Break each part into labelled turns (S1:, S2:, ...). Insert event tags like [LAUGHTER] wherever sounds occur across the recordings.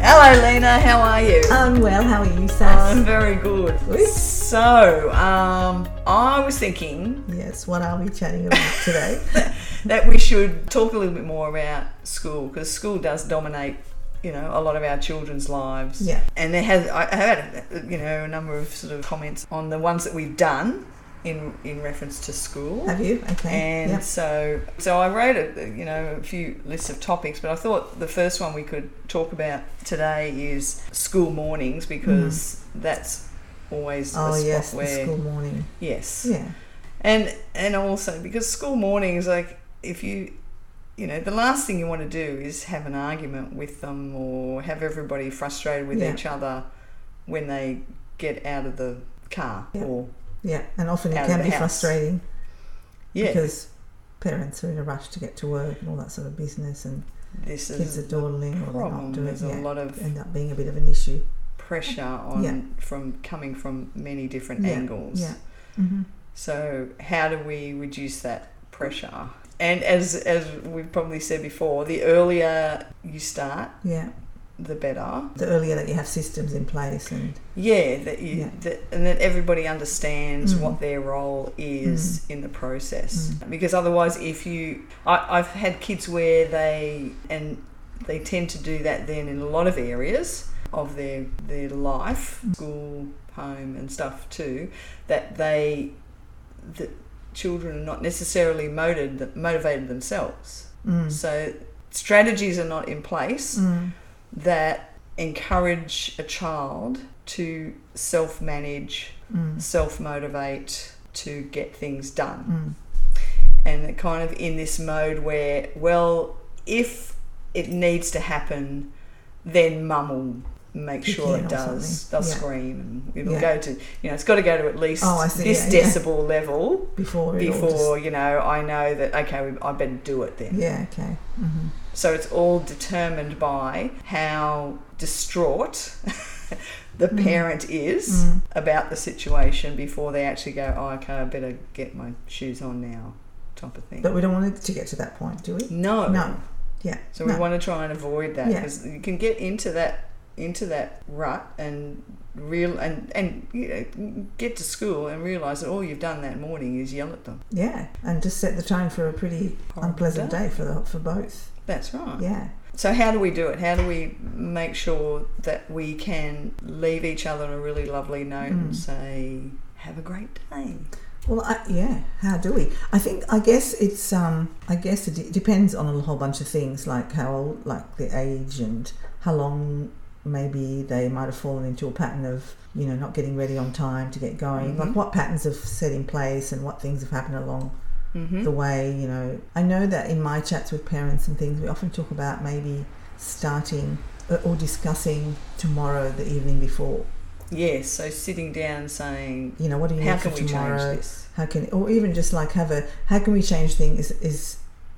S1: Hello, Lena. How are you?
S2: I'm well. How are you,
S1: I'm
S2: Sass?
S1: very good. So, um, I was thinking
S2: yes, what are we chatting about
S1: [LAUGHS]
S2: today?
S1: that we should talk a little bit more about school because school does dominate, you know, a lot of our children's lives.
S2: Yeah.
S1: And there has I I had you know a number of sort of comments on the ones that we've done in in reference to school.
S2: Have you? Okay.
S1: And
S2: Yep.
S1: so, so I wrote a you know a few lists of topics, but I thought the first one we could talk about today is school mornings because that's always a
S2: Mm-hmm. Oh
S1: spot
S2: yes, the
S1: where
S2: school morning.
S1: yes,
S2: Yeah.
S1: and and also because school mornings like if you you know the last thing you want to do is have an argument with them or have everybody frustrated with
S2: Yeah.
S1: each other when they get out of the car
S2: Yeah.
S1: or
S2: Yeah. And often
S1: Out
S2: it
S1: of
S2: can
S1: the
S2: be
S1: house.
S2: frustrating
S1: yeah
S2: because parents are in a rush to get to work and all that sort of business and
S1: this
S2: kids
S1: is
S2: are dawdling or they're
S1: problem
S2: not doing
S1: there's a
S2: yeah.
S1: lot of
S2: End up being a bit of an issue.
S1: pressure on
S2: Yeah.
S1: from coming from many different
S2: Yeah,
S1: angles.
S2: Yeah.
S1: Mm-hmm.
S2: hmm
S1: So how do we reduce that pressure? And as as we've probably said before, the earlier you start,
S2: Yeah.
S1: the better.
S2: The earlier that you have systems in place and
S1: Yeah, that you
S2: Yeah.
S1: That, and that everybody understands
S2: Mm.
S1: what their role is in the process. Because otherwise, if you, I, I've had kids where they and they tend to do that then in a lot of areas of their their life,
S2: Mm.
S1: school, home, and stuff too. That they, the children are not necessarily motivated motivated themselves.
S2: mm.
S1: So strategies are not in place
S2: Mm.
S1: that encourage a child to self manage,
S2: Mm.
S1: self motivate, to get things done.
S2: Mm.
S1: And they're kind of in this mode where, well, if it needs to happen, then mum will make
S2: Kick
S1: sure
S2: in
S1: it
S2: or
S1: does.
S2: something.
S1: They'll
S2: Yeah.
S1: scream and it'll
S2: Yeah.
S1: go to, you know, it's got to go to at least
S2: Oh, I see.
S1: this
S2: Yeah, yeah.
S1: decibel level
S2: Before it all
S1: before, you know, I know that, okay, we- I better do it then.
S2: just, Yeah, okay. hmm
S1: So it's all determined by how distraught [LAUGHS] the
S2: Mm.
S1: parent is
S2: Mm.
S1: about the situation before they actually go, oh, okay, I better get my shoes on now, type of thing.
S2: But we don't want it to get to that point, do we?
S1: no.
S2: No. Yeah.
S1: So we
S2: no.
S1: want to try and avoid that
S2: Yeah.
S1: because you can get into that into that rut and real and and you know, get to school and realize that all you've done that morning is yell at them.
S2: Yeah, and just set the tone for a pretty
S1: Horrible
S2: unpleasant day for the, for both.
S1: That's right.
S2: Yeah,
S1: So how do we do it? How do we make sure that we can leave each other on a really lovely note and
S2: Mm.
S1: say, "Have a great day."
S2: Well, I, yeah. How do we? I think. I guess it's. Um. I guess it d- depends on a whole bunch of things, like how old, like the age, and how long. Maybe they might have fallen into a pattern of you know not getting ready on time to get going.
S1: Mhm.
S2: Like what patterns have set in place and what things have happened along
S1: Mm-hmm.
S2: the way. You know, I know that in my chats with parents and things, we often talk about maybe starting uh, or- or discussing tomorrow the evening before.
S1: Yes. So sitting down and saying,
S2: You know, what do you
S1: "How
S2: need for
S1: can we
S2: tomorrow?
S1: change this?"
S2: how can or even just like have a how can we change things is, is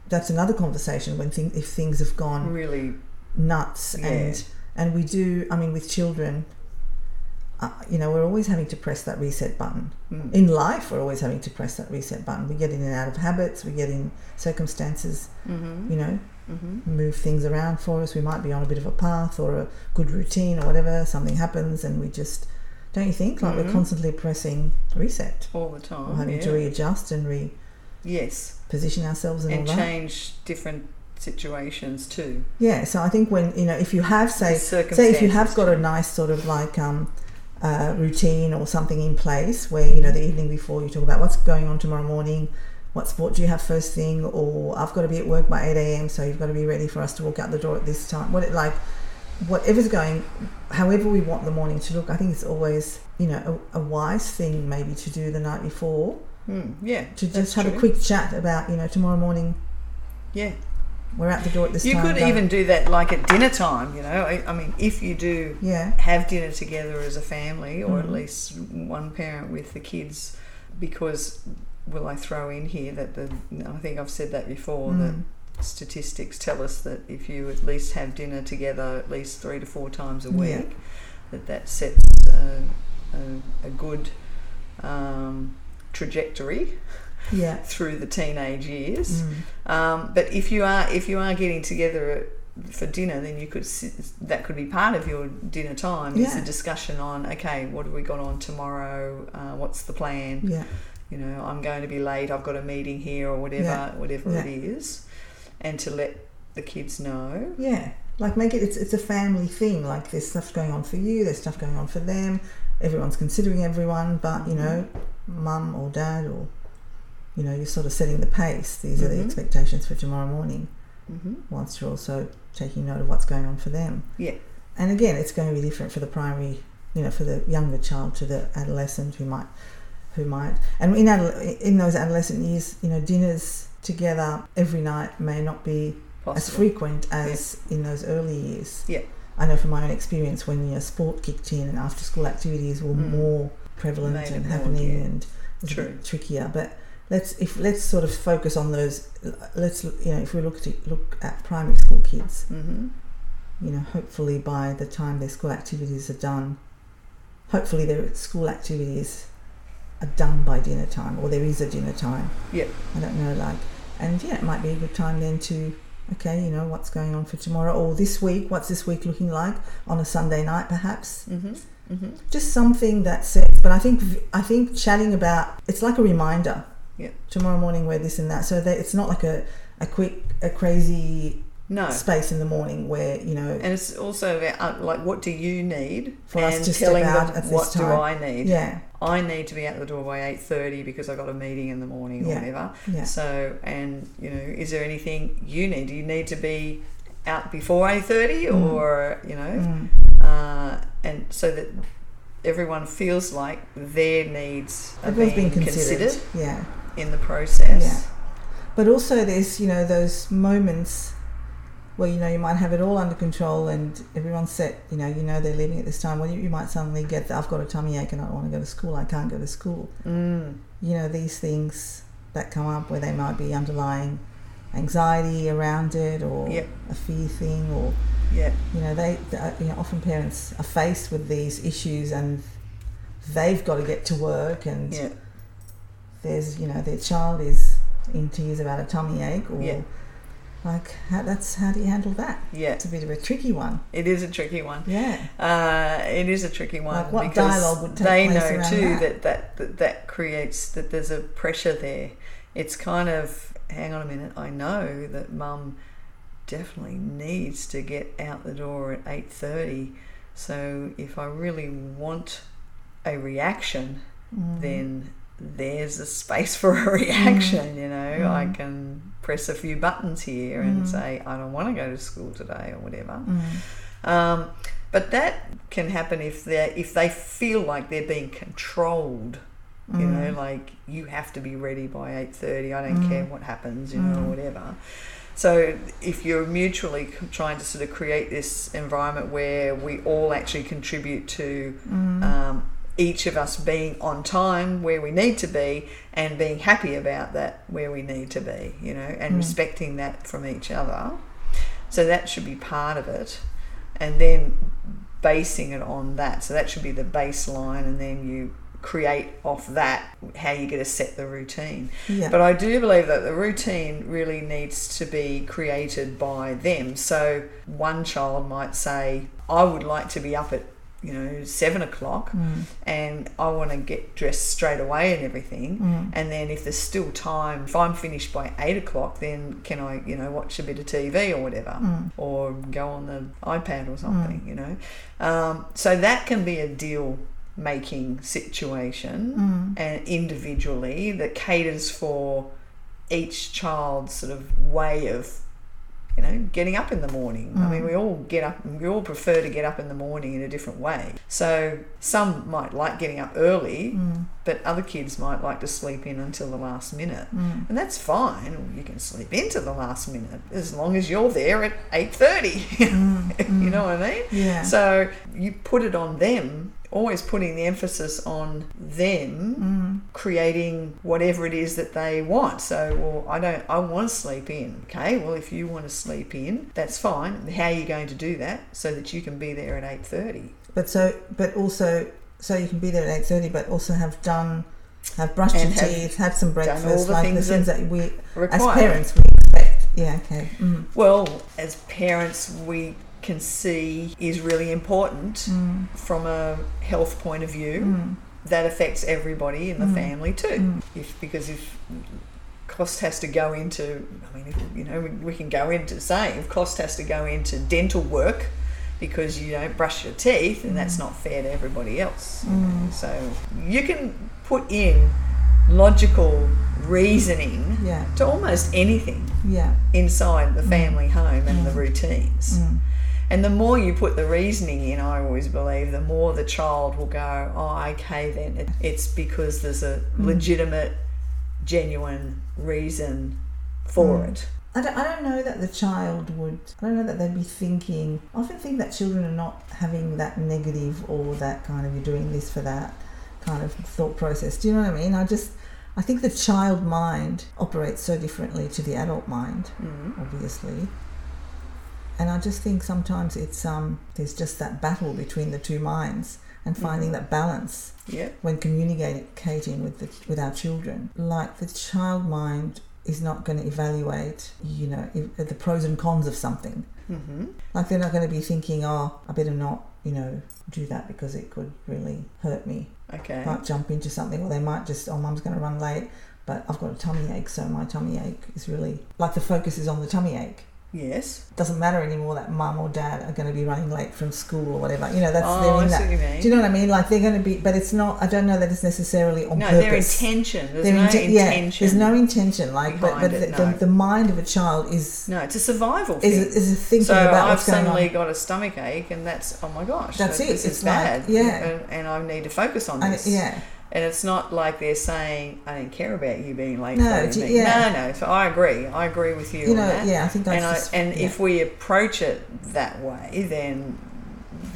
S2: that's another conversation when things if things have gone
S1: Really.
S2: nuts
S1: Yeah.
S2: and and we do i mean with children uh, you know we're always having to press that reset button
S1: Mm.
S2: in life we're always having to press that reset button we get in and out of habits we get in circumstances
S1: Mm-hmm.
S2: you know
S1: Mm-hmm.
S2: move things around for us we might be on a bit of a path or a good routine or whatever something happens and we just don't you think like
S1: Mhm.
S2: we're constantly pressing reset
S1: All the
S2: or
S1: time.
S2: having
S1: Oh, yeah.
S2: to readjust and re
S1: Yes.
S2: position ourselves and,
S1: And
S2: all that.
S1: change different situations too.
S2: Yeah, so I think when you know if you have say say
S1: Circumstances.
S2: if you have got a nice sort of like um, uh, routine or something in place where you know the evening before you talk about what's going on tomorrow morning, what sport do you have first thing, or I've got to be at work by eight a.m. so you've got to be ready for us to walk out the door at this time. What it like. Whatever's going, however we want the morning to look, I think it's always you know a, a wise thing maybe to do the night before
S1: Mm, yeah.
S2: to just
S1: that's
S2: have a
S1: true.
S2: quick chat about you know tomorrow morning
S1: Yeah.
S2: we're out the door at this
S1: You
S2: time.
S1: could
S2: don't-
S1: even do that like at dinner time. You know. I, I mean, if you do
S2: yeah.
S1: have dinner together as a family, or at
S2: Mhm.
S1: least one parent with the kids, because will I throw in here that the I think I've said that before
S2: Mm.
S1: that statistics tell us that if you at least have dinner together at least three to four times a week,
S2: Yeah.
S1: that that sets a, a, a good um, trajectory
S2: Yeah.
S1: through the teenage years.
S2: Mm.
S1: Um, but if you are if you are getting together for dinner, then you could sit, that could be part of your dinner time. Is
S2: Yeah.
S1: a discussion on okay, what have we got on tomorrow? Uh, what's the plan?
S2: Yeah.
S1: You know, I'm going to be late. I've got a meeting here, or whatever,
S2: Yeah.
S1: whatever
S2: Yeah.
S1: it is, and to let the kids know.
S2: Yeah, like make it. It's it's a family thing. Like there's stuff going on for you. There's stuff going on for them. Everyone's considering everyone, but you know, mum or dad or you know, you're sort of setting the pace. These are the
S1: Mhm.
S2: expectations for tomorrow morning.
S1: hmm
S2: Whilst you're also taking note of what's going on for them.
S1: Yeah.
S2: And again, it's going to be different for the primary, you know, for the younger child to the adolescent who might, who might. And in adole- in those adolescent years, you know, dinners together every night may not be as
S1: Possible.
S2: frequent as in those early years.
S1: Yeah.
S2: I know from my own experience when you know, sport kicked in and after school activities were
S1: Mm.
S2: more prevalent
S1: Made
S2: and
S1: it more,
S2: happening
S1: yeah.
S2: and it was a
S1: True.
S2: bit trickier. But let's if let's sort of focus on those. Let's you know if we look at look at primary school kids,
S1: hmm
S2: you know hopefully by the time their school activities are done, hopefully their school activities are done by dinner time or there is a dinner time.
S1: Yep.
S2: I don't know, like, and yeah, it might be a good time then to, okay, you know, what's going on for tomorrow or this week? What's this week looking like on a Sunday night, perhaps?
S1: hmm hmm
S2: Just something that says. But I think I think chatting about it's like a reminder.
S1: Yeah.
S2: Tomorrow morning, we're this and that. So that it's not like a a quick a crazy
S1: No.
S2: space in the morning where you know
S1: And it's also about uh, like what do you need
S2: For us
S1: and
S2: to step
S1: telling them
S2: out at this
S1: what
S2: time.
S1: do I need.
S2: yeah
S1: I need to be out the door by eight thirty because I got a meeting in the morning
S2: Yeah.
S1: or whatever.
S2: yeah
S1: So and you know, is there anything you need? Do you need to be out before eight thirty
S2: Mm.
S1: or you know?
S2: Mm.
S1: Uh, and so that everyone feels like their needs are
S2: Everyone's
S1: being,
S2: been
S1: considered.
S2: considered. yeah
S1: in the process.
S2: but also there's you know those moments where you know you might have it all under control and everyone's set you know you know they're leaving at this time well you, you might suddenly get the, i've got a tummy ache and i don't want to go to school i can't go to school
S1: Mm.
S2: you know these things that come up where they might be underlying anxiety around it or
S1: Yep.
S2: a fear thing or
S1: Yeah.
S2: you know they they- you know often parents are faced with these issues and they've got to get to work and
S1: Yeah.
S2: there's you know their child is in tears about a tummy ache or
S1: Yeah.
S2: like how, that's how do you handle that
S1: Yeah.
S2: it's a bit of a tricky one
S1: It is a tricky one.
S2: yeah
S1: Uh, it is a tricky one
S2: Like, what
S1: because
S2: dialogue would take
S1: they
S2: place
S1: know
S2: around
S1: too
S2: that?
S1: that that, that that creates that there's a pressure there. It's kind of hang on a minute. I know that mum definitely needs to get out the door at eight thirty. So if I really want a reaction,
S2: Mm.
S1: then there's a space for a [LAUGHS] reaction. You know, I
S2: Mm.
S1: can press a few buttons here and
S2: Mm.
S1: say I don't want to go to school today or whatever.
S2: Mm.
S1: Um, but that can happen if they if they feel like they're being controlled. You
S2: Mm.
S1: know, like you have to be ready by eight thirty. I don't
S2: Mm.
S1: care what happens. You know,
S2: Mm.
S1: or whatever. So if you're mutually c- trying to sort of create this environment where we all actually contribute to
S2: Mm.
S1: um, each of us being on time where we need to be and being happy about that where we need to be, you know, and
S2: Mm.
S1: respecting that from each other. So that should be part of it. And then basing it on that. So that should be the baseline, and then you create off that how you're going to set the routine.
S2: yeah
S1: But I do believe that the routine really needs to be created by them. So one child might say, I would like to be up at, you know, seven o'clock
S2: Mm.
S1: and I want to get dressed straight away and everything.
S2: Mm.
S1: And then if there's still time, if I'm finished by eight o'clock, then can I, you know, watch a bit of TV or whatever,
S2: Mm.
S1: or go on the iPad or something, you know. Um, so that can be a deal making situation
S2: Mm.
S1: and individually that caters for each child's sort of way of you know getting up in the morning i mean
S2: Mm.
S1: we all get up we all prefer to get up in the morning in a different way so some might like getting up early
S2: Mm.
S1: but other kids might like to sleep in until the last minute
S2: Mm.
S1: and that's fine you can sleep into the last minute as long as you're there at 8.30 [LAUGHS]
S2: Mm.
S1: [LAUGHS] you
S2: Mm.
S1: know what i mean
S2: yeah
S1: so you put it on them always putting the emphasis on them
S2: Mm.
S1: creating whatever it is that they want. So, well, I don't, I want to sleep in. Okay, well, if you want to sleep in, that's fine. How are you going to do that so that you can be there at eight thirty?
S2: but so but also so you can be there at 8.30 but also have done have brushed
S1: And
S2: your
S1: have
S2: teeth have some
S1: all
S2: breakfast
S1: the
S2: like the
S1: things
S2: things that we as
S1: Required.
S2: parents we expect Yeah. Okay. Mm.
S1: Well, as parents, we can see is really important
S2: Mm.
S1: from a health point of view.
S2: Mm.
S1: That affects everybody in the
S2: Mm.
S1: family too.
S2: Mm.
S1: If because if cost has to go into, I mean, if, you know, we, we can go into saying if cost has to go into dental work because you don't brush your teeth, and that's not fair to everybody else. you know.
S2: Mm.
S1: So you can put in logical reasoning
S2: Yeah.
S1: to almost anything
S2: Yeah.
S1: inside the family home and the
S2: Mm.
S1: routines.
S2: Mm.
S1: And the more you put the reasoning in, I always believe, the more the child will go, oh, okay, then It- it's because there's a
S2: Mm.
S1: legitimate, genuine reason for
S2: Mm.
S1: it.
S2: I don't, I don't know that the child would. I don't know that they'd be thinking. I often think that children are not having that negative or that kind of you're doing this for that kind of thought process. Do you know what I mean? I just. I think the child mind operates so differently to the adult mind,
S1: Mm.
S2: obviously. And I just think sometimes it's um there's just that battle between the two minds and finding that balance
S1: Yeah.
S2: when communicating with the, with our children. Like the child mind is not going to evaluate, you know, if, uh, the pros and cons of something.
S1: hmm
S2: Like they're not going to be thinking, oh, I better not, you know, do that because it could really hurt me.
S1: Okay.
S2: Might jump into something, or they might just, oh, mum's going to run late, but I've got a tummy ache, so my tummy ache is really like the focus is on the tummy ache.
S1: Yes.
S2: Doesn't matter anymore that mum or dad are going to be running late from school or whatever. You know, that's
S1: oh,
S2: they're
S1: I
S2: in
S1: see
S2: that
S1: what you mean.
S2: do you know what I mean? Like they're going to be, but it's not. I don't know that it's necessarily on
S1: no, their
S2: purpose.
S1: intention. There's
S2: Their
S1: no
S2: inten- Yeah,
S1: intention.
S2: there's no intention. Like, but, but
S1: behind
S2: the,
S1: it,
S2: the,
S1: no.
S2: the mind of a child is
S1: No, it's a survival
S2: is
S1: thing.
S2: is thinking
S1: so
S2: about
S1: I've
S2: what's going
S1: suddenly
S2: on.
S1: got a stomach ache, and that's oh my gosh,
S2: That's
S1: so
S2: it,
S1: This
S2: it's
S1: is bad,
S2: like- yeah.
S1: and, and I need to focus on
S2: And-
S1: this.
S2: yeah,
S1: And it's not like they're saying, I don't care about you being late.
S2: No,
S1: No,
S2: it's-
S1: me.
S2: yeah.
S1: no, no. So I agree. I agree with you.
S2: you
S1: on
S2: know,
S1: that.
S2: yeah. I think
S1: And,
S2: I,
S1: I,
S2: just,
S1: and
S2: yeah.
S1: if we approach it that way, then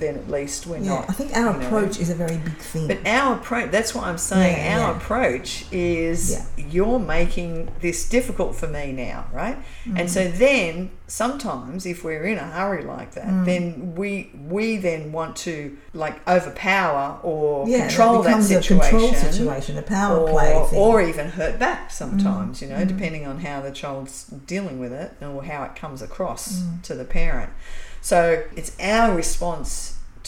S1: then at least we're
S2: yeah, I
S1: not.
S2: think our
S1: you know.
S2: approach is a very big thing.
S1: But our approach, that's what I'm saying.
S2: Yeah,
S1: our
S2: yeah.
S1: approach is you're making this difficult for me now, right? And so
S2: Mm.
S1: then sometimes if we're in a hurry like that,
S2: Mm.
S1: then we we then want to like overpower or
S2: yeah,
S1: control that
S2: it becomes
S1: situation
S2: a control situation, a power
S1: or,
S2: play thing. Mm.
S1: or even hurt back sometimes, you know, depending on how the child's dealing with it or how it comes across
S2: Mm.
S1: to the parent. So it's our response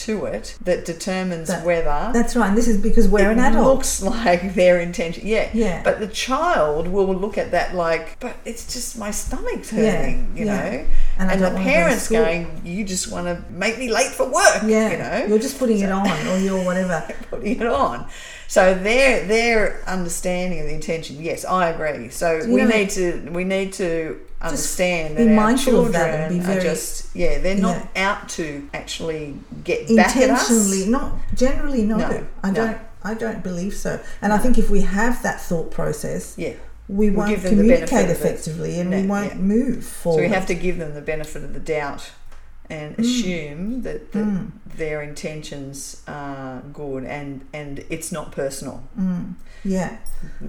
S1: to it that determines
S2: That-
S1: whether
S2: That's right. And this is because we're
S1: it
S2: an adult.
S1: looks [LAUGHS] like their intention. Yeah.
S2: Yeah.
S1: But the child will look at that like, but it's just my stomach's
S2: Yeah,
S1: hurting, you
S2: yeah.
S1: know.
S2: And
S1: And,
S2: I don't
S1: the
S2: wanna go to
S1: parents
S2: school.
S1: going, you just want to make me late for work,
S2: yeah,
S1: you know
S2: you're just putting it on, or you're
S1: [LAUGHS]
S2: whatever.
S1: putting it on. So their their understanding of the intention, yes, I agree. So
S2: You
S1: we
S2: know,
S1: need to we need to understand
S2: be
S1: that our
S2: mindful
S1: children
S2: of that and be
S1: are
S2: very-
S1: just yeah, they're not out to actually get back at
S2: intentionally
S1: us.
S2: not generally no,
S1: No,
S2: i
S1: no.
S2: don't i don't believe so and i think if we have that thought process
S1: Yeah.
S2: we
S1: We'll
S2: won't
S1: give them the benefit
S2: communicate
S1: of it.
S2: effectively and
S1: No,
S2: we won't
S1: yeah.
S2: move forward
S1: So we have to give them the benefit of the doubt and assume that, that
S2: Mm.
S1: their intentions are good and and it's not personal.
S2: Mm, yeah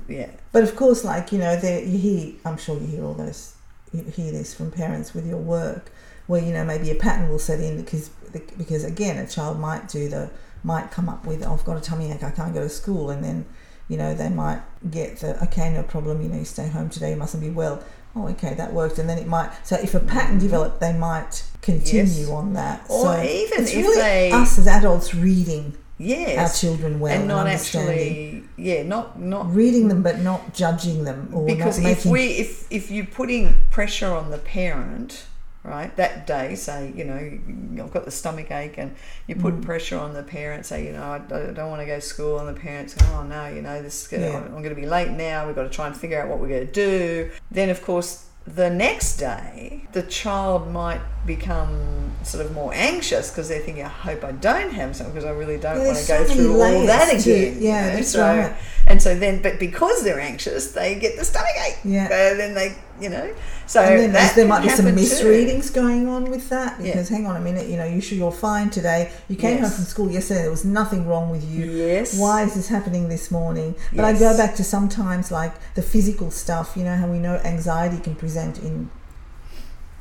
S1: Yeah.
S2: but of course like you know there you hear i'm sure you hear all those you hear this from parents with your work where you know maybe a pattern will set in because because again a child might do the might come up with oh, i've got a tummy ache i can't go to school and then you know they might get the okay no problem you know you stay home today you mustn't be well oh okay that worked and then it might so if a pattern developed they might continue
S1: Mm. Yes.
S2: on that
S1: Or
S2: so
S1: even
S2: it's
S1: if
S2: really
S1: they-
S2: us as adults reading
S1: Yes.
S2: our children well and,
S1: and not
S2: understanding
S1: actually yeah, not not
S2: reading them but not judging them or
S1: because
S2: not
S1: if
S2: making
S1: we if if you're putting pressure on the parent right that day say you know i've got the stomach ache and you put
S2: Mm.
S1: pressure on the parent say you know i, I don't want to go to school and the parents go, oh no you know this is gonna,
S2: Yeah.
S1: i'm going to be late now we've got to try and figure out what we're going to do then of course the next day the child might become sort of more anxious because they're thinking i hope i don't have something because i really don't
S2: Yeah,
S1: want
S2: there's
S1: to go
S2: so many
S1: through all
S2: layers
S1: that
S2: to it.
S1: again you
S2: Yeah,
S1: know,
S2: that's
S1: so-
S2: right.
S1: and so then, but because they're anxious, they get the stomach ache.
S2: Yeah.
S1: And then they, you know, so
S2: and then there's
S1: that
S2: there might be
S1: can
S2: some
S1: happen too.
S2: misreadings going on with that
S1: Yeah.
S2: because hang on a minute, you know, you sure you're fine today. You came home
S1: Yes.
S2: from school yesterday. There was nothing wrong with you.
S1: Yes.
S2: Why is this happening this morning? But I
S1: Yes.
S2: go back to sometimes like the physical stuff. You know how we know anxiety can present in,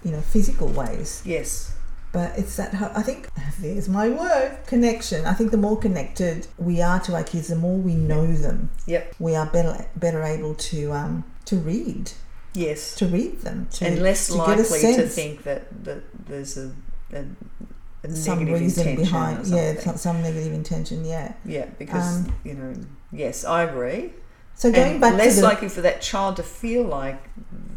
S2: you know, physical ways.
S1: Yes.
S2: But it's that ho- I think there's my word connection. I think the more connected we are to our kids, the more we know them.
S1: Yep.
S2: We are better better able to um, to read
S1: Yes.
S2: to read them to,
S1: and less
S2: to
S1: likely
S2: get a sense
S1: to think that, that there's a, a, a
S2: some
S1: negative
S2: reason
S1: intention or
S2: behind yeah
S1: something.
S2: some, some negative intention yeah
S1: yeah, because
S2: Um,
S1: you know, yes, I agree.
S2: so going
S1: and
S2: back
S1: less
S2: to the,
S1: likely for that child to feel like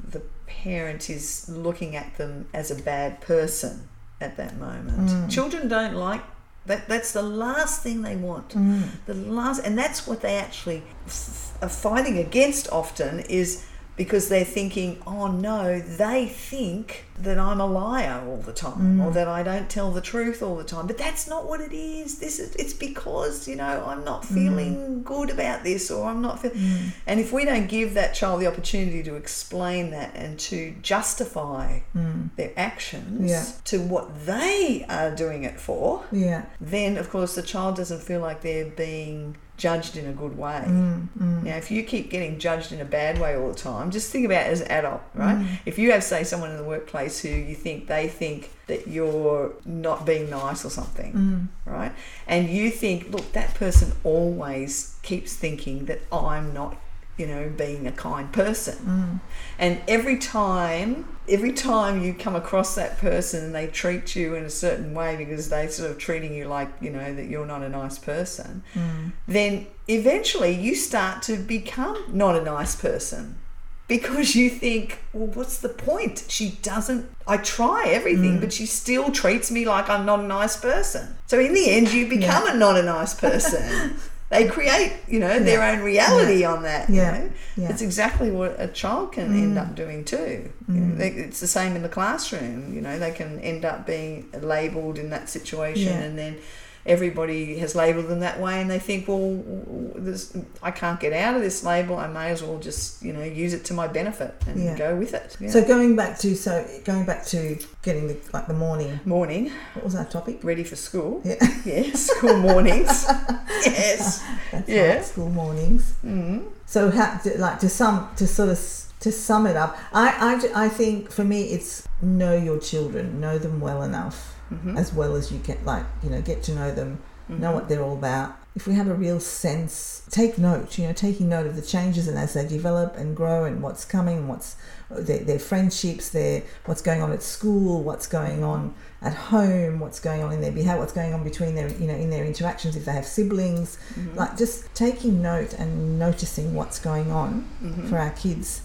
S1: the parent is looking at them as a bad person at that moment.
S2: Mm.
S1: Children don't like that. That's the last thing they want.
S2: Mm,
S1: The last, and that's what they actually f- are fighting against often is because they're thinking, oh no, they think that I'm a liar all the time, or that I don't tell the truth all the time. But that's not what it is. This is it's because you know I'm not feeling good about this, or I'm not feeling. And if we don't give that child the opportunity to explain that and to justify their actions
S2: Yeah.
S1: to what they are doing it for,
S2: yeah
S1: then of course the child doesn't feel like they're being judged in a good way.
S2: mm, mm,
S1: Now, if you keep getting judged in a bad way all the time, just think about it as an adult,
S2: Mm.
S1: right? If you have, say, someone in the workplace who you think they think that you're not being nice or something,
S2: mm,
S1: right? And you think, look, that person always keeps thinking that I'm not, you know, being a kind person.
S2: mm,
S1: And every time, every time you come across that person and they treat you in a certain way because they sort of treating you like, you know, that you're not a nice person,
S2: mm.
S1: then eventually you start to become not a nice person because you think, well, what's the point? She doesn't, I try everything,
S2: Mm.
S1: but she still treats me like I'm not a nice person. So in the end, you become a not a nice person.
S2: [LAUGHS]
S1: they create, you know, their own reality on that. you
S2: Yeah.
S1: know?
S2: Yeah. Mm.
S1: It's exactly what a child can end up doing too. You know, they, it's the same in the classroom. You know, they can end up being labelled in that situation,
S2: Yeah.
S1: and then everybody has labelled them that way, and they think, well, w- w- this, I can't get out of this label. I may as well just, you know, use it to my benefit and
S2: Yeah.
S1: go with it. Yeah.
S2: so going back to so going back to getting the like the morning
S1: morning,
S2: what was that topic
S1: ready for school.
S2: Yeah.
S1: [LAUGHS] Yes, school
S2: [LAUGHS]
S1: mornings. yes.
S2: That's
S1: Yeah.
S2: right, school mornings
S1: Mm.
S2: So, how, to, like to sum to sort of s- to sum it up, I, I, ju- I think for me it's know your children, know them well enough,
S1: Mhm.
S2: as well as you get like you know get to know them, know what they're all about. If we have a real sense, take note, you know, taking note of the changes and as they develop and grow and what's coming, what's their, their friendships, their what's going on at school, what's going on at home, what's going on in their behavior, what's going on between their you know in their interactions if they have siblings,
S1: Mm.
S2: like just taking note and noticing what's going on
S1: Mm-hmm. Mm.
S2: for our kids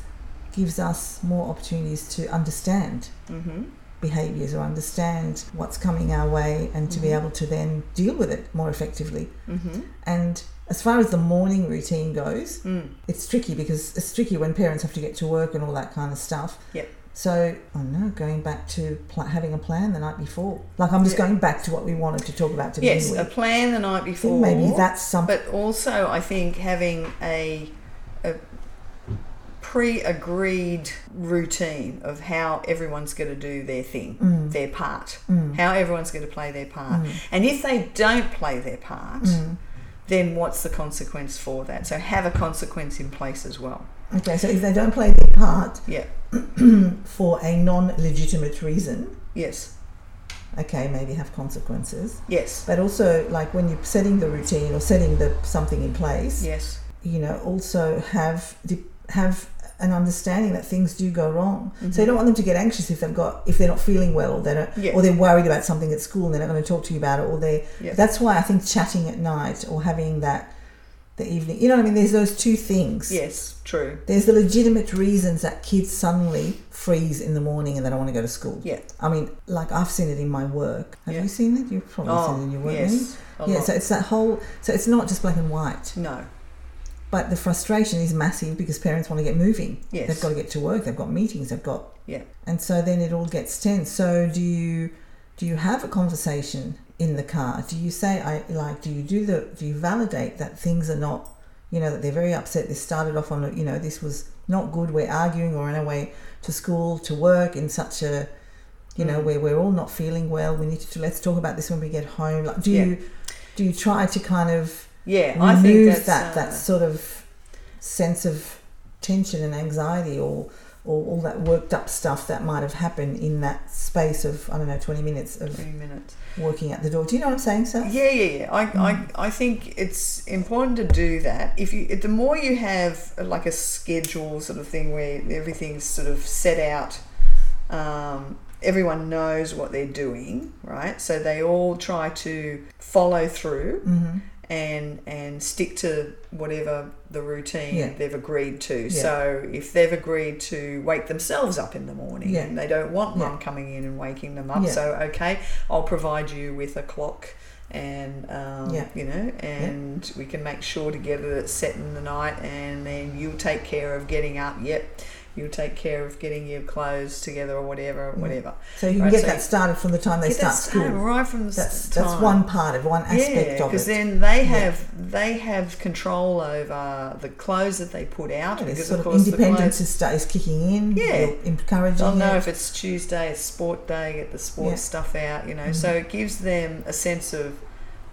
S2: gives us more opportunities to understand
S1: Mm-hmm.
S2: behaviors or understand what's coming our way and to be able to then deal with it more effectively.
S1: Mm-hmm.
S2: And as far as the morning routine goes,
S1: Mm.
S2: it's tricky because it's tricky when parents have to get to work and all that kind of stuff.
S1: Yep.
S2: So I don't know, going back to pl- having a plan the night before. Like I'm just
S1: Yeah.
S2: going back to what we wanted to talk about to
S1: Yes,
S2: begin
S1: a
S2: with.
S1: plan the night
S2: I
S1: before.
S2: think maybe that's something.
S1: But also, I think having a, a pre agreed routine of how everyone's going to do their thing,
S2: Mm.
S1: their part,
S2: Mm.
S1: how everyone's going to play their part. And if they don't play their part,
S2: Mm.
S1: then what's the consequence for that? So have a consequence in place as well.
S2: Okay, so if they don't play their part
S1: Yeah,
S2: [CLEARS THROAT] for a non-legitimate reason,
S1: yes,
S2: okay, maybe have consequences.
S1: yes,
S2: But also, like when you're setting the routine or setting the something in place,
S1: yes.
S2: you know, also have de- have an understanding that things do go wrong. So you don't want them to get anxious if they've got if they're not feeling well or they don't
S1: Mm-hmm. Yeah.
S2: or they're worried about something at school and they're not going to talk to you about it or they.
S1: Yeah.
S2: That's why I think chatting at night or having that the evening, you know what I mean. There's those two things.
S1: Yes, true.
S2: There's the legitimate reasons that kids suddenly freeze in the morning and they don't want to go to school.
S1: Yeah.
S2: I mean, like I've seen it in my work. Have
S1: Yeah.
S2: you seen it? You've probably seen it in your
S1: Oh,
S2: work.
S1: yes. a
S2: haven't you? Yeah,
S1: lot.
S2: so it's that whole so it's not just black and white.
S1: no.
S2: But the frustration is massive because parents want to get moving.
S1: Yes.
S2: They've got to get to work, they've got meetings, they've got
S1: Yeah.
S2: and so then it all gets tense. So do you do you have a conversation in the car? Do you say I like do you do the do you validate that things are not you know, that they're very upset. This started off on a you know, this was not good, we're arguing or in a way to school, to work in such a you
S1: Mm.
S2: know, where we're all not feeling well, we need to let's talk about this when we get home. Like do
S1: Yeah.
S2: you do you try to kind of
S1: Yeah, I think uh,
S2: remove
S1: that's,
S2: that
S1: uh,
S2: that sort of sense of tension and anxiety or or all that worked up stuff that might have happened in that space of I don't know twenty minutes of
S1: Three minutes.
S2: working out the door. Do you know what I'm saying, sir?
S1: Yeah, yeah, yeah. I, I, I think it's important to do that. If you, the more you have uh, like a schedule sort of thing where everything's sort of set out, um, everyone knows what they're doing, right? So they all try to follow through
S2: Mm-hmm.
S1: and and stick to whatever the routine
S2: Yeah.
S1: they've agreed to.
S2: Yeah.
S1: So if they've agreed to wake themselves up in the morning
S2: Yeah.
S1: and they don't want
S2: Yeah.
S1: mum coming in and waking them up,
S2: Yeah.
S1: so okay, I'll provide you with a clock and um,
S2: Yeah.
S1: you know and we can make sure together that it's set in the night and then you'll take care of getting up yep you'll take care of getting your clothes together or whatever
S2: Yeah.
S1: whatever
S2: So you can
S1: Right,
S2: get
S1: so
S2: that started from the time they
S1: Get that
S2: start
S1: started
S2: school.
S1: right from the
S2: That's
S1: s-
S2: that's
S1: time.
S2: one part of one aspect
S1: yeah,
S2: of it.
S1: because then they
S2: Yeah.
S1: have they have control over the clothes that they put out
S2: Yeah, this
S1: because
S2: sort
S1: of
S2: of,
S1: course the
S2: independence
S1: clothes.
S2: is, start, is kicking in.
S1: Yeah.
S2: you're encouraging.
S1: They'll know
S2: it.
S1: if it's Tuesday, it's sport day, get the sport
S2: Yeah. Mm.
S1: stuff out, you know. So it gives them a sense of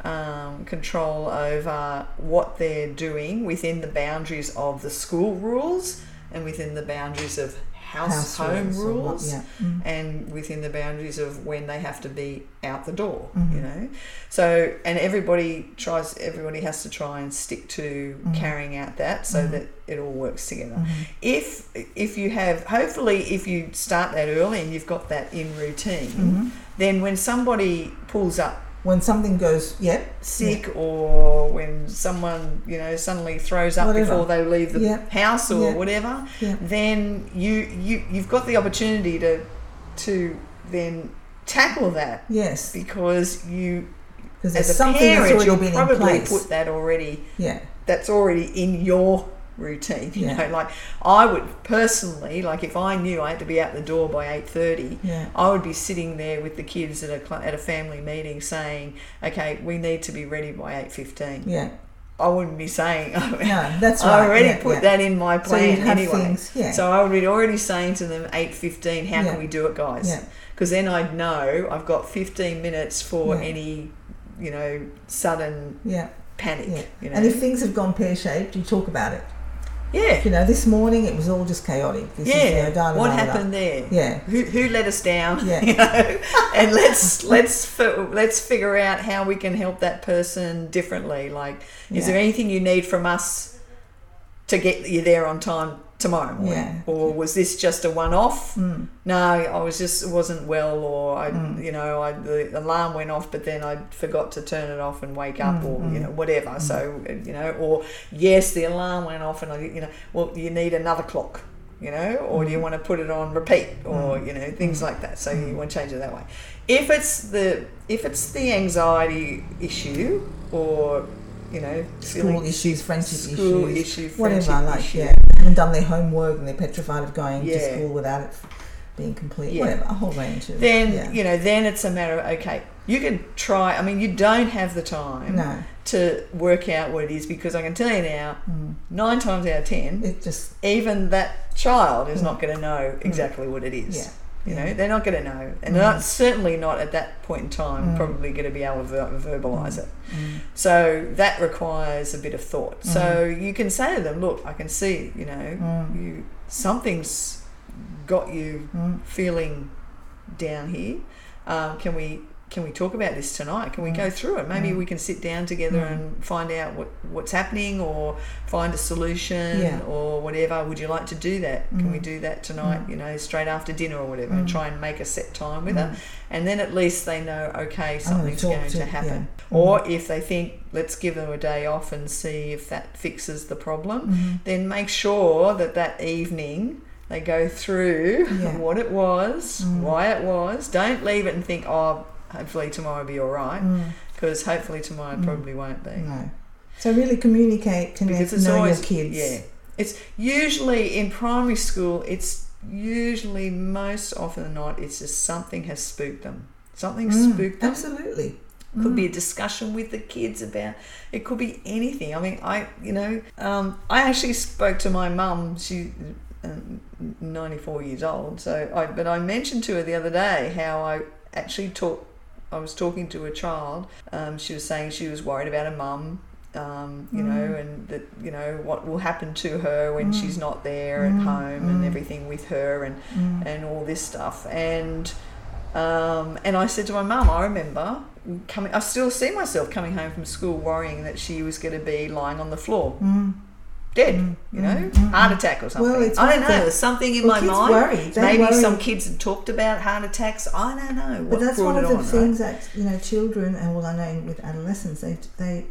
S1: um, control over what they're doing within the boundaries of the school rules and within the boundaries of house, home
S2: or what-
S1: rules.
S2: Yeah. Mm.
S1: and within the boundaries of when they have to be out the door
S2: Mhm.
S1: you know so and everybody tries everybody has to try and stick to
S2: Mhm.
S1: carrying out that so
S2: Mhm.
S1: that it all works together
S2: Mhm.
S1: if if you have hopefully if you start that early and you've got that in routine
S2: Mhm.
S1: then when somebody pulls up
S2: When something goes, yeah,
S1: sick or when someone you know suddenly throws up
S2: Whatever.
S1: before they leave the
S2: Yeah.
S1: house or
S2: Yeah.
S1: whatever
S2: yeah,
S1: then you, you you've got the opportunity to to then tackle that
S2: yes,
S1: because you
S2: because there's
S1: as a
S2: something
S1: parent
S2: that's
S1: you
S2: already been in
S1: probably
S2: place.
S1: put that already
S2: yeah,
S1: that's already in your routine you
S2: Yeah.
S1: know like I would personally like if I knew I had to be out the door by 8:30
S2: yeah,
S1: I would be sitting there with the kids at a cl- at a family meeting saying okay we need to be ready by 8:15
S2: yeah.
S1: I wouldn't be saying [LAUGHS]
S2: No, that's right.
S1: I already
S2: yeah,
S1: put
S2: yeah.
S1: that in my
S2: so you'd
S1: plan
S2: have
S1: anyway
S2: things, yeah,
S1: so I would be already saying to them eight fifteen. How
S2: Yeah.
S1: can we do it, guys?
S2: yeah,
S1: Because then I'd know I've got fifteen minutes for
S2: Yeah.
S1: any, you know, sudden
S2: yeah,
S1: panic.
S2: yeah.
S1: You know,
S2: And if things have gone pear shaped, you talk about it.
S1: yeah,
S2: You know, this morning it was all just chaotic. This is, you
S1: yeah.
S2: know, da, da,
S1: what
S2: da, da, da.
S1: happened there?
S2: Yeah,
S1: Who, who let us down? [LAUGHS]
S2: Yeah.
S1: You
S2: [LAUGHS]
S1: know, and let's let's fi- let's figure out how we can help that person differently. Like, is
S2: Yeah.
S1: there anything you need from us to get you there on time tomorrow morning?
S2: Yeah.
S1: Or was this just a one-off?
S2: Mm.
S1: no, I was just wasn't well, or I,
S2: Mm.
S1: you know, I the alarm went off, but then I forgot to turn it off and wake up,
S2: Mm,
S1: or
S2: mm.
S1: you know, whatever. So you know, or yes, the alarm went off, and I, you know, well, you need another clock, you know, or
S2: Mm.
S1: do you want to put it on repeat, or you know, things like that. So you want to change it that way. If it's the if it's the anxiety issue, or you know,
S2: school
S1: feeling
S2: issues, friendship
S1: school
S2: issues,
S1: issue, friendship
S2: whatever. Like,
S1: issue,
S2: yeah, haven't done their homework and they're petrified of going to
S1: Yeah.
S2: school without it being complete.
S1: Yeah.
S2: Whatever, a whole range of
S1: then
S2: yeah.
S1: you know then it's a matter of okay you can try i mean you don't have the time
S2: no,
S1: to work out what it is because i can tell you now
S2: mm,
S1: nine times out of ten
S2: it just
S1: even that child is not going to know exactly what it is
S2: Mm. yeah,
S1: you
S2: yeah. Mm.
S1: know they're not going to know and they're not, certainly not at that point in time probably going to be able to ver- verbalize it
S2: Mm.
S1: so that requires a bit of thought so you can say to them look i can see you know
S2: Mm.
S1: you something's got you
S2: Mm.
S1: feeling down here. Um, can we can we talk about this tonight? Can we
S2: Mm.
S1: go through it? Maybe we can sit down together and find out what, what's happening or find a solution
S2: Yeah. Mm.
S1: or whatever. Would you like to do that? Can we do that tonight, you know, straight after dinner or whatever and try and make a set time with her? And then at least they know, okay,
S2: I'm gonna
S1: something's
S2: Mm. Oh, talk
S1: going to,
S2: yeah.
S1: happen.
S2: Mm.
S1: Or if they think, let's give them a day off and see if that fixes the problem,
S2: Mhm.
S1: then make sure that that evening they go through [LAUGHS]
S2: Yeah.
S1: what it was,
S2: Mm.
S1: why it was. Don't leave it and think, oh, hopefully tomorrow will be all right,
S2: Mm,
S1: because hopefully tomorrow it
S2: Mm.
S1: probably won't be.
S2: no. So really communicate, connect,
S1: Because it's
S2: know
S1: always
S2: your kids.
S1: yeah. It's usually in primary school. It's usually most often than not, it's just something has spooked them. Something
S2: Mm,
S1: spooked them.
S2: absolutely.
S1: could be a discussion with the kids about it could be anything i mean i you know um, i actually spoke to my mum she's um, 94 years old so i but i mentioned to her the other day how i actually talked i was talking to a child um, she was saying she was worried about her mum um, you know, and that you know what will happen to her when she's not there at home and everything with her and
S2: Mm,
S1: and all this stuff. And um, and I said to my mum, I remember coming. I still see myself coming home from school worrying that she was going to be lying on the floor,
S2: mm.
S1: dead. You know, heart attack or something.
S2: Well, it's
S1: I don't know.
S2: like that.
S1: There's something in my
S2: Well, kids
S1: mind.
S2: worry. They
S1: Maybe
S2: worry.
S1: some kids had talked about heart attacks. I don't know. What
S2: But that's
S1: brought it
S2: one of the
S1: on,
S2: things that you know children, and well, I know with adolescents, they they. they-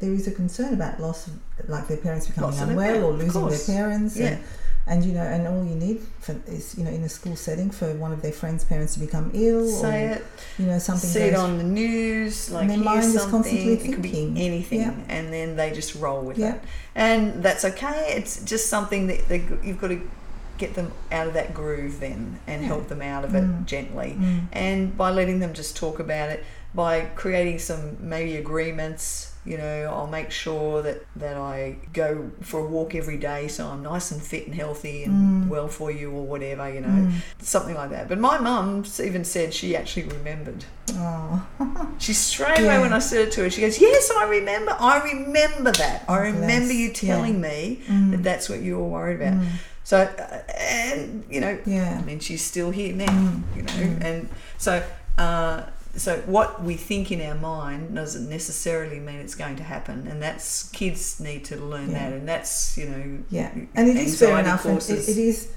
S2: There is a concern about loss, of, like their parents becoming
S1: Loss of their
S2: unwell or
S1: parents, of
S2: losing their
S1: course.
S2: parents,
S1: Yeah.
S2: and, and you know, and all you need for, is you know in a school setting for one of their friends' parents to become ill,
S1: Right? Say
S2: or
S1: it.
S2: you know something.
S1: see it
S2: goes-
S1: on the news, like
S2: their
S1: hear
S2: mind is
S1: something,
S2: constantly
S1: it could be
S2: thinking.
S1: anything,
S2: Yeah.
S1: and then they just roll with
S2: Yeah.
S1: it, and that's okay. It's just something that they, you've got to get them out of that groove then, and help them out of it
S2: Mm.
S1: gently,
S2: Mm.
S1: and by letting them just talk about it, by creating some maybe agreements. You know, I'll make sure that that I go for a walk every day, so I'm nice and fit and healthy and
S2: Mm.
S1: well for you, or whatever. You know, something like that. But my mum even said she actually remembered.
S2: Oh,
S1: She straight
S2: Yeah.
S1: away when I said it to her, she goes, "Yes, I remember. I remember that. I remember
S2: Oh, bless.
S1: you telling
S2: Yeah.
S1: me
S2: Mm.
S1: that that's what you were worried about." So, uh, and you know, I
S2: yeah.
S1: mean, she's still here now,
S2: Mm.
S1: you know, and so. Uh, so what we think in our mind doesn't necessarily mean it's going to happen, and that's kids need to learn
S2: Yeah.
S1: that, and that's you know
S2: Yeah, and it is fair
S1: anxiety
S2: enough. and It,
S1: courses.
S2: it is.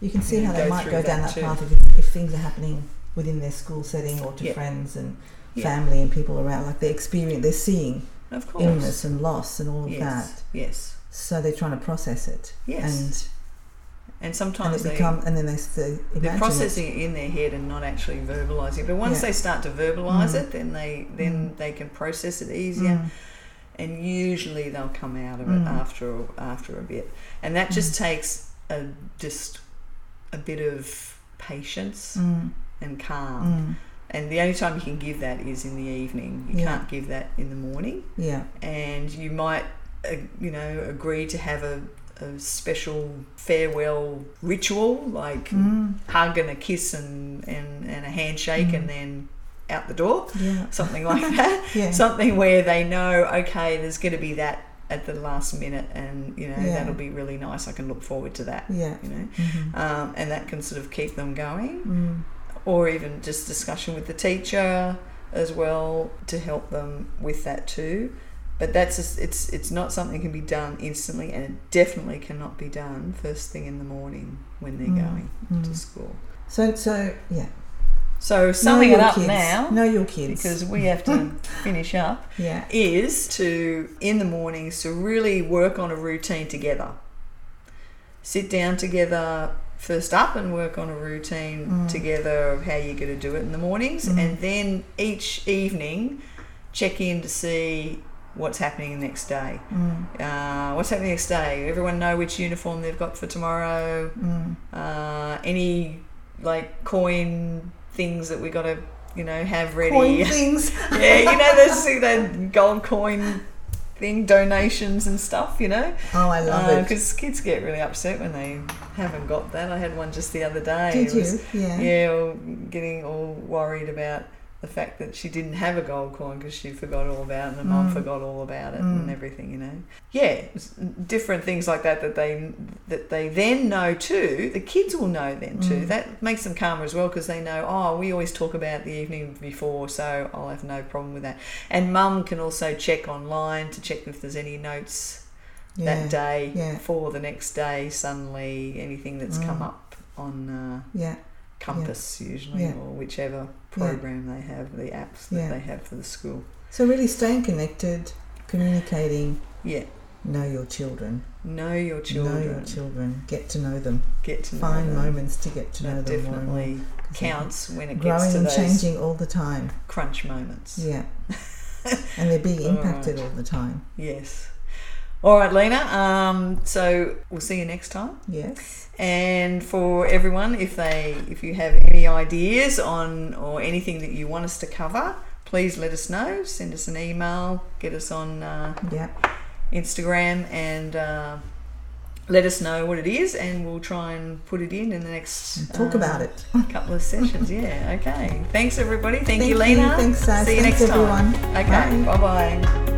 S2: You can see
S1: You
S2: how they
S1: go
S2: might
S1: through
S2: go down
S1: that
S2: that
S1: too.
S2: path if, if things are happening within their school setting or to
S1: Yeah.
S2: friends and
S1: Yeah.
S2: family and people around. Like they experience, they're seeing
S1: of course
S2: illness and loss and all of
S1: yes,
S2: that.
S1: yes,
S2: So they're trying to process it.
S1: Yes.
S2: And
S1: and
S2: and
S1: sometimes
S2: it
S1: they
S2: become and then they, s- they
S1: they're
S2: imagine
S1: processing it. in their head and not actually verbalizing it. But once
S2: Yeah.
S1: they start to verbalize
S2: Mm.
S1: it, then they then they can process it easier, and usually they'll come out of it
S2: Mm.
S1: after after a bit, and that just takes a just a bit of patience
S2: Mm,
S1: and calm.
S2: mm,
S1: And the only time you can give that is in the evening. You
S2: Yeah.
S1: can't give that in the morning,
S2: yeah.
S1: and you might uh, you know agree to have a a special farewell ritual like
S2: Mm,
S1: hug and a kiss and, and, and a handshake and then out the door,
S2: yeah.
S1: something like [LAUGHS] that.
S2: Yeah.
S1: Something where they know, okay, there's going to be that at the last minute and, you know,
S2: Yeah.
S1: that'll be really nice. I can look forward to that,
S2: Yeah.
S1: you know.
S2: Mhm.
S1: Um, and that can sort of keep them going
S2: Mm,
S1: or even just discussion with the teacher as well to help them with that too. But that's just, it's it's not something that can be done instantly, and it definitely cannot be done first thing in the morning when they're
S2: Mm.
S1: going to
S2: mm.
S1: school.
S2: So so yeah.
S1: So
S2: know
S1: summing
S2: your
S1: it up
S2: kids.
S1: now,
S2: Know your kids.
S1: because we have to
S2: [LAUGHS]
S1: finish up,
S2: yeah.
S1: is to in the mornings to really work on a routine together. Sit down together first up and work on a routine
S2: Mm.
S1: together of how you're going to do it in the mornings,
S2: Mm.
S1: and then each evening check in to see what's happening the next day.
S2: Mm,
S1: Uh, what's happening next day? Everyone know which uniform they've got for tomorrow
S2: mm,
S1: uh, any like coin things that we gotta you know have ready [LAUGHS]
S2: Coin things.
S1: yeah you know there's see that gold coin thing donations and stuff you know
S2: [LAUGHS] Oh, I
S1: Uh,
S2: love it.
S1: because kids get really upset when they haven't got that i had one just the other day
S2: Did
S1: It was-
S2: you? Yeah.
S1: yeah all getting all worried about the fact that she didn't have a gold coin because she forgot all about it and her mum
S2: Mm.
S1: forgot all about it
S2: Mm.
S1: and everything you know yeah it's different things like that that they that they then know too the kids will know then too
S2: Mm.
S1: that makes them calmer as well because they know oh we always talk about the evening before so i'll have no problem with that and mum can also check online to check if there's any notes
S2: yeah.
S1: that uh, day
S2: yeah.
S1: for the next day suddenly anything that's come
S2: Mm.
S1: up on uh,
S2: Yeah.
S1: Compass usually,
S2: Yeah.
S1: or whichever program they have, the apps that
S2: Yeah.
S1: they have for the school.
S2: So really staying connected, communicating,
S1: Yeah,
S2: know your children,
S1: know your children,
S2: know your children, get to know them,
S1: get to know
S2: find
S1: them.
S2: moments to get to know
S1: That
S2: them more and more,
S1: Uh, definitely
S2: 'cause they're
S1: counts when it gets
S2: Growing
S1: to
S2: and
S1: those
S2: changing all the time.
S1: crunch moments. [LAUGHS]
S2: Yeah. and they're being
S1: All
S2: impacted all the time.
S1: Yes. All right, Lena. Um, so we'll see you next time.
S2: Yes.
S1: And for everyone, if they if you have any ideas on or anything that you want us to cover, please let us know. Send us an email. Get us on. Uh,
S2: Yeah.
S1: Instagram and uh, let us know what it is, and we'll try and put it in in the next
S2: Talk
S1: uh,
S2: about it.
S1: couple of sessions. Yeah, okay. Thanks everybody. Thank,
S2: Thank
S1: you,
S2: you.
S1: Lena.
S2: Thanks, Saz.
S1: See you
S2: Thanks,
S1: next
S2: everyone.
S1: time. Okay. Bye bye.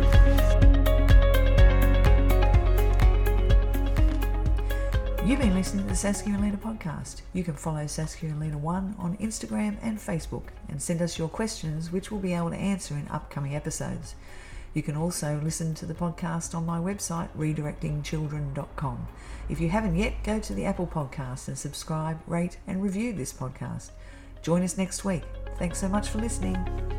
S1: You've been listening to the Saskia and Lena podcast. You can follow Saskia and Lena 1 on Instagram and Facebook and send us your questions, which we'll be able to answer in upcoming episodes. You can also listen to the podcast on my website, redirectingchildren.com. If you haven't yet, go to the Apple Podcast and subscribe, rate, and review this podcast. Join us next week. Thanks so much for listening.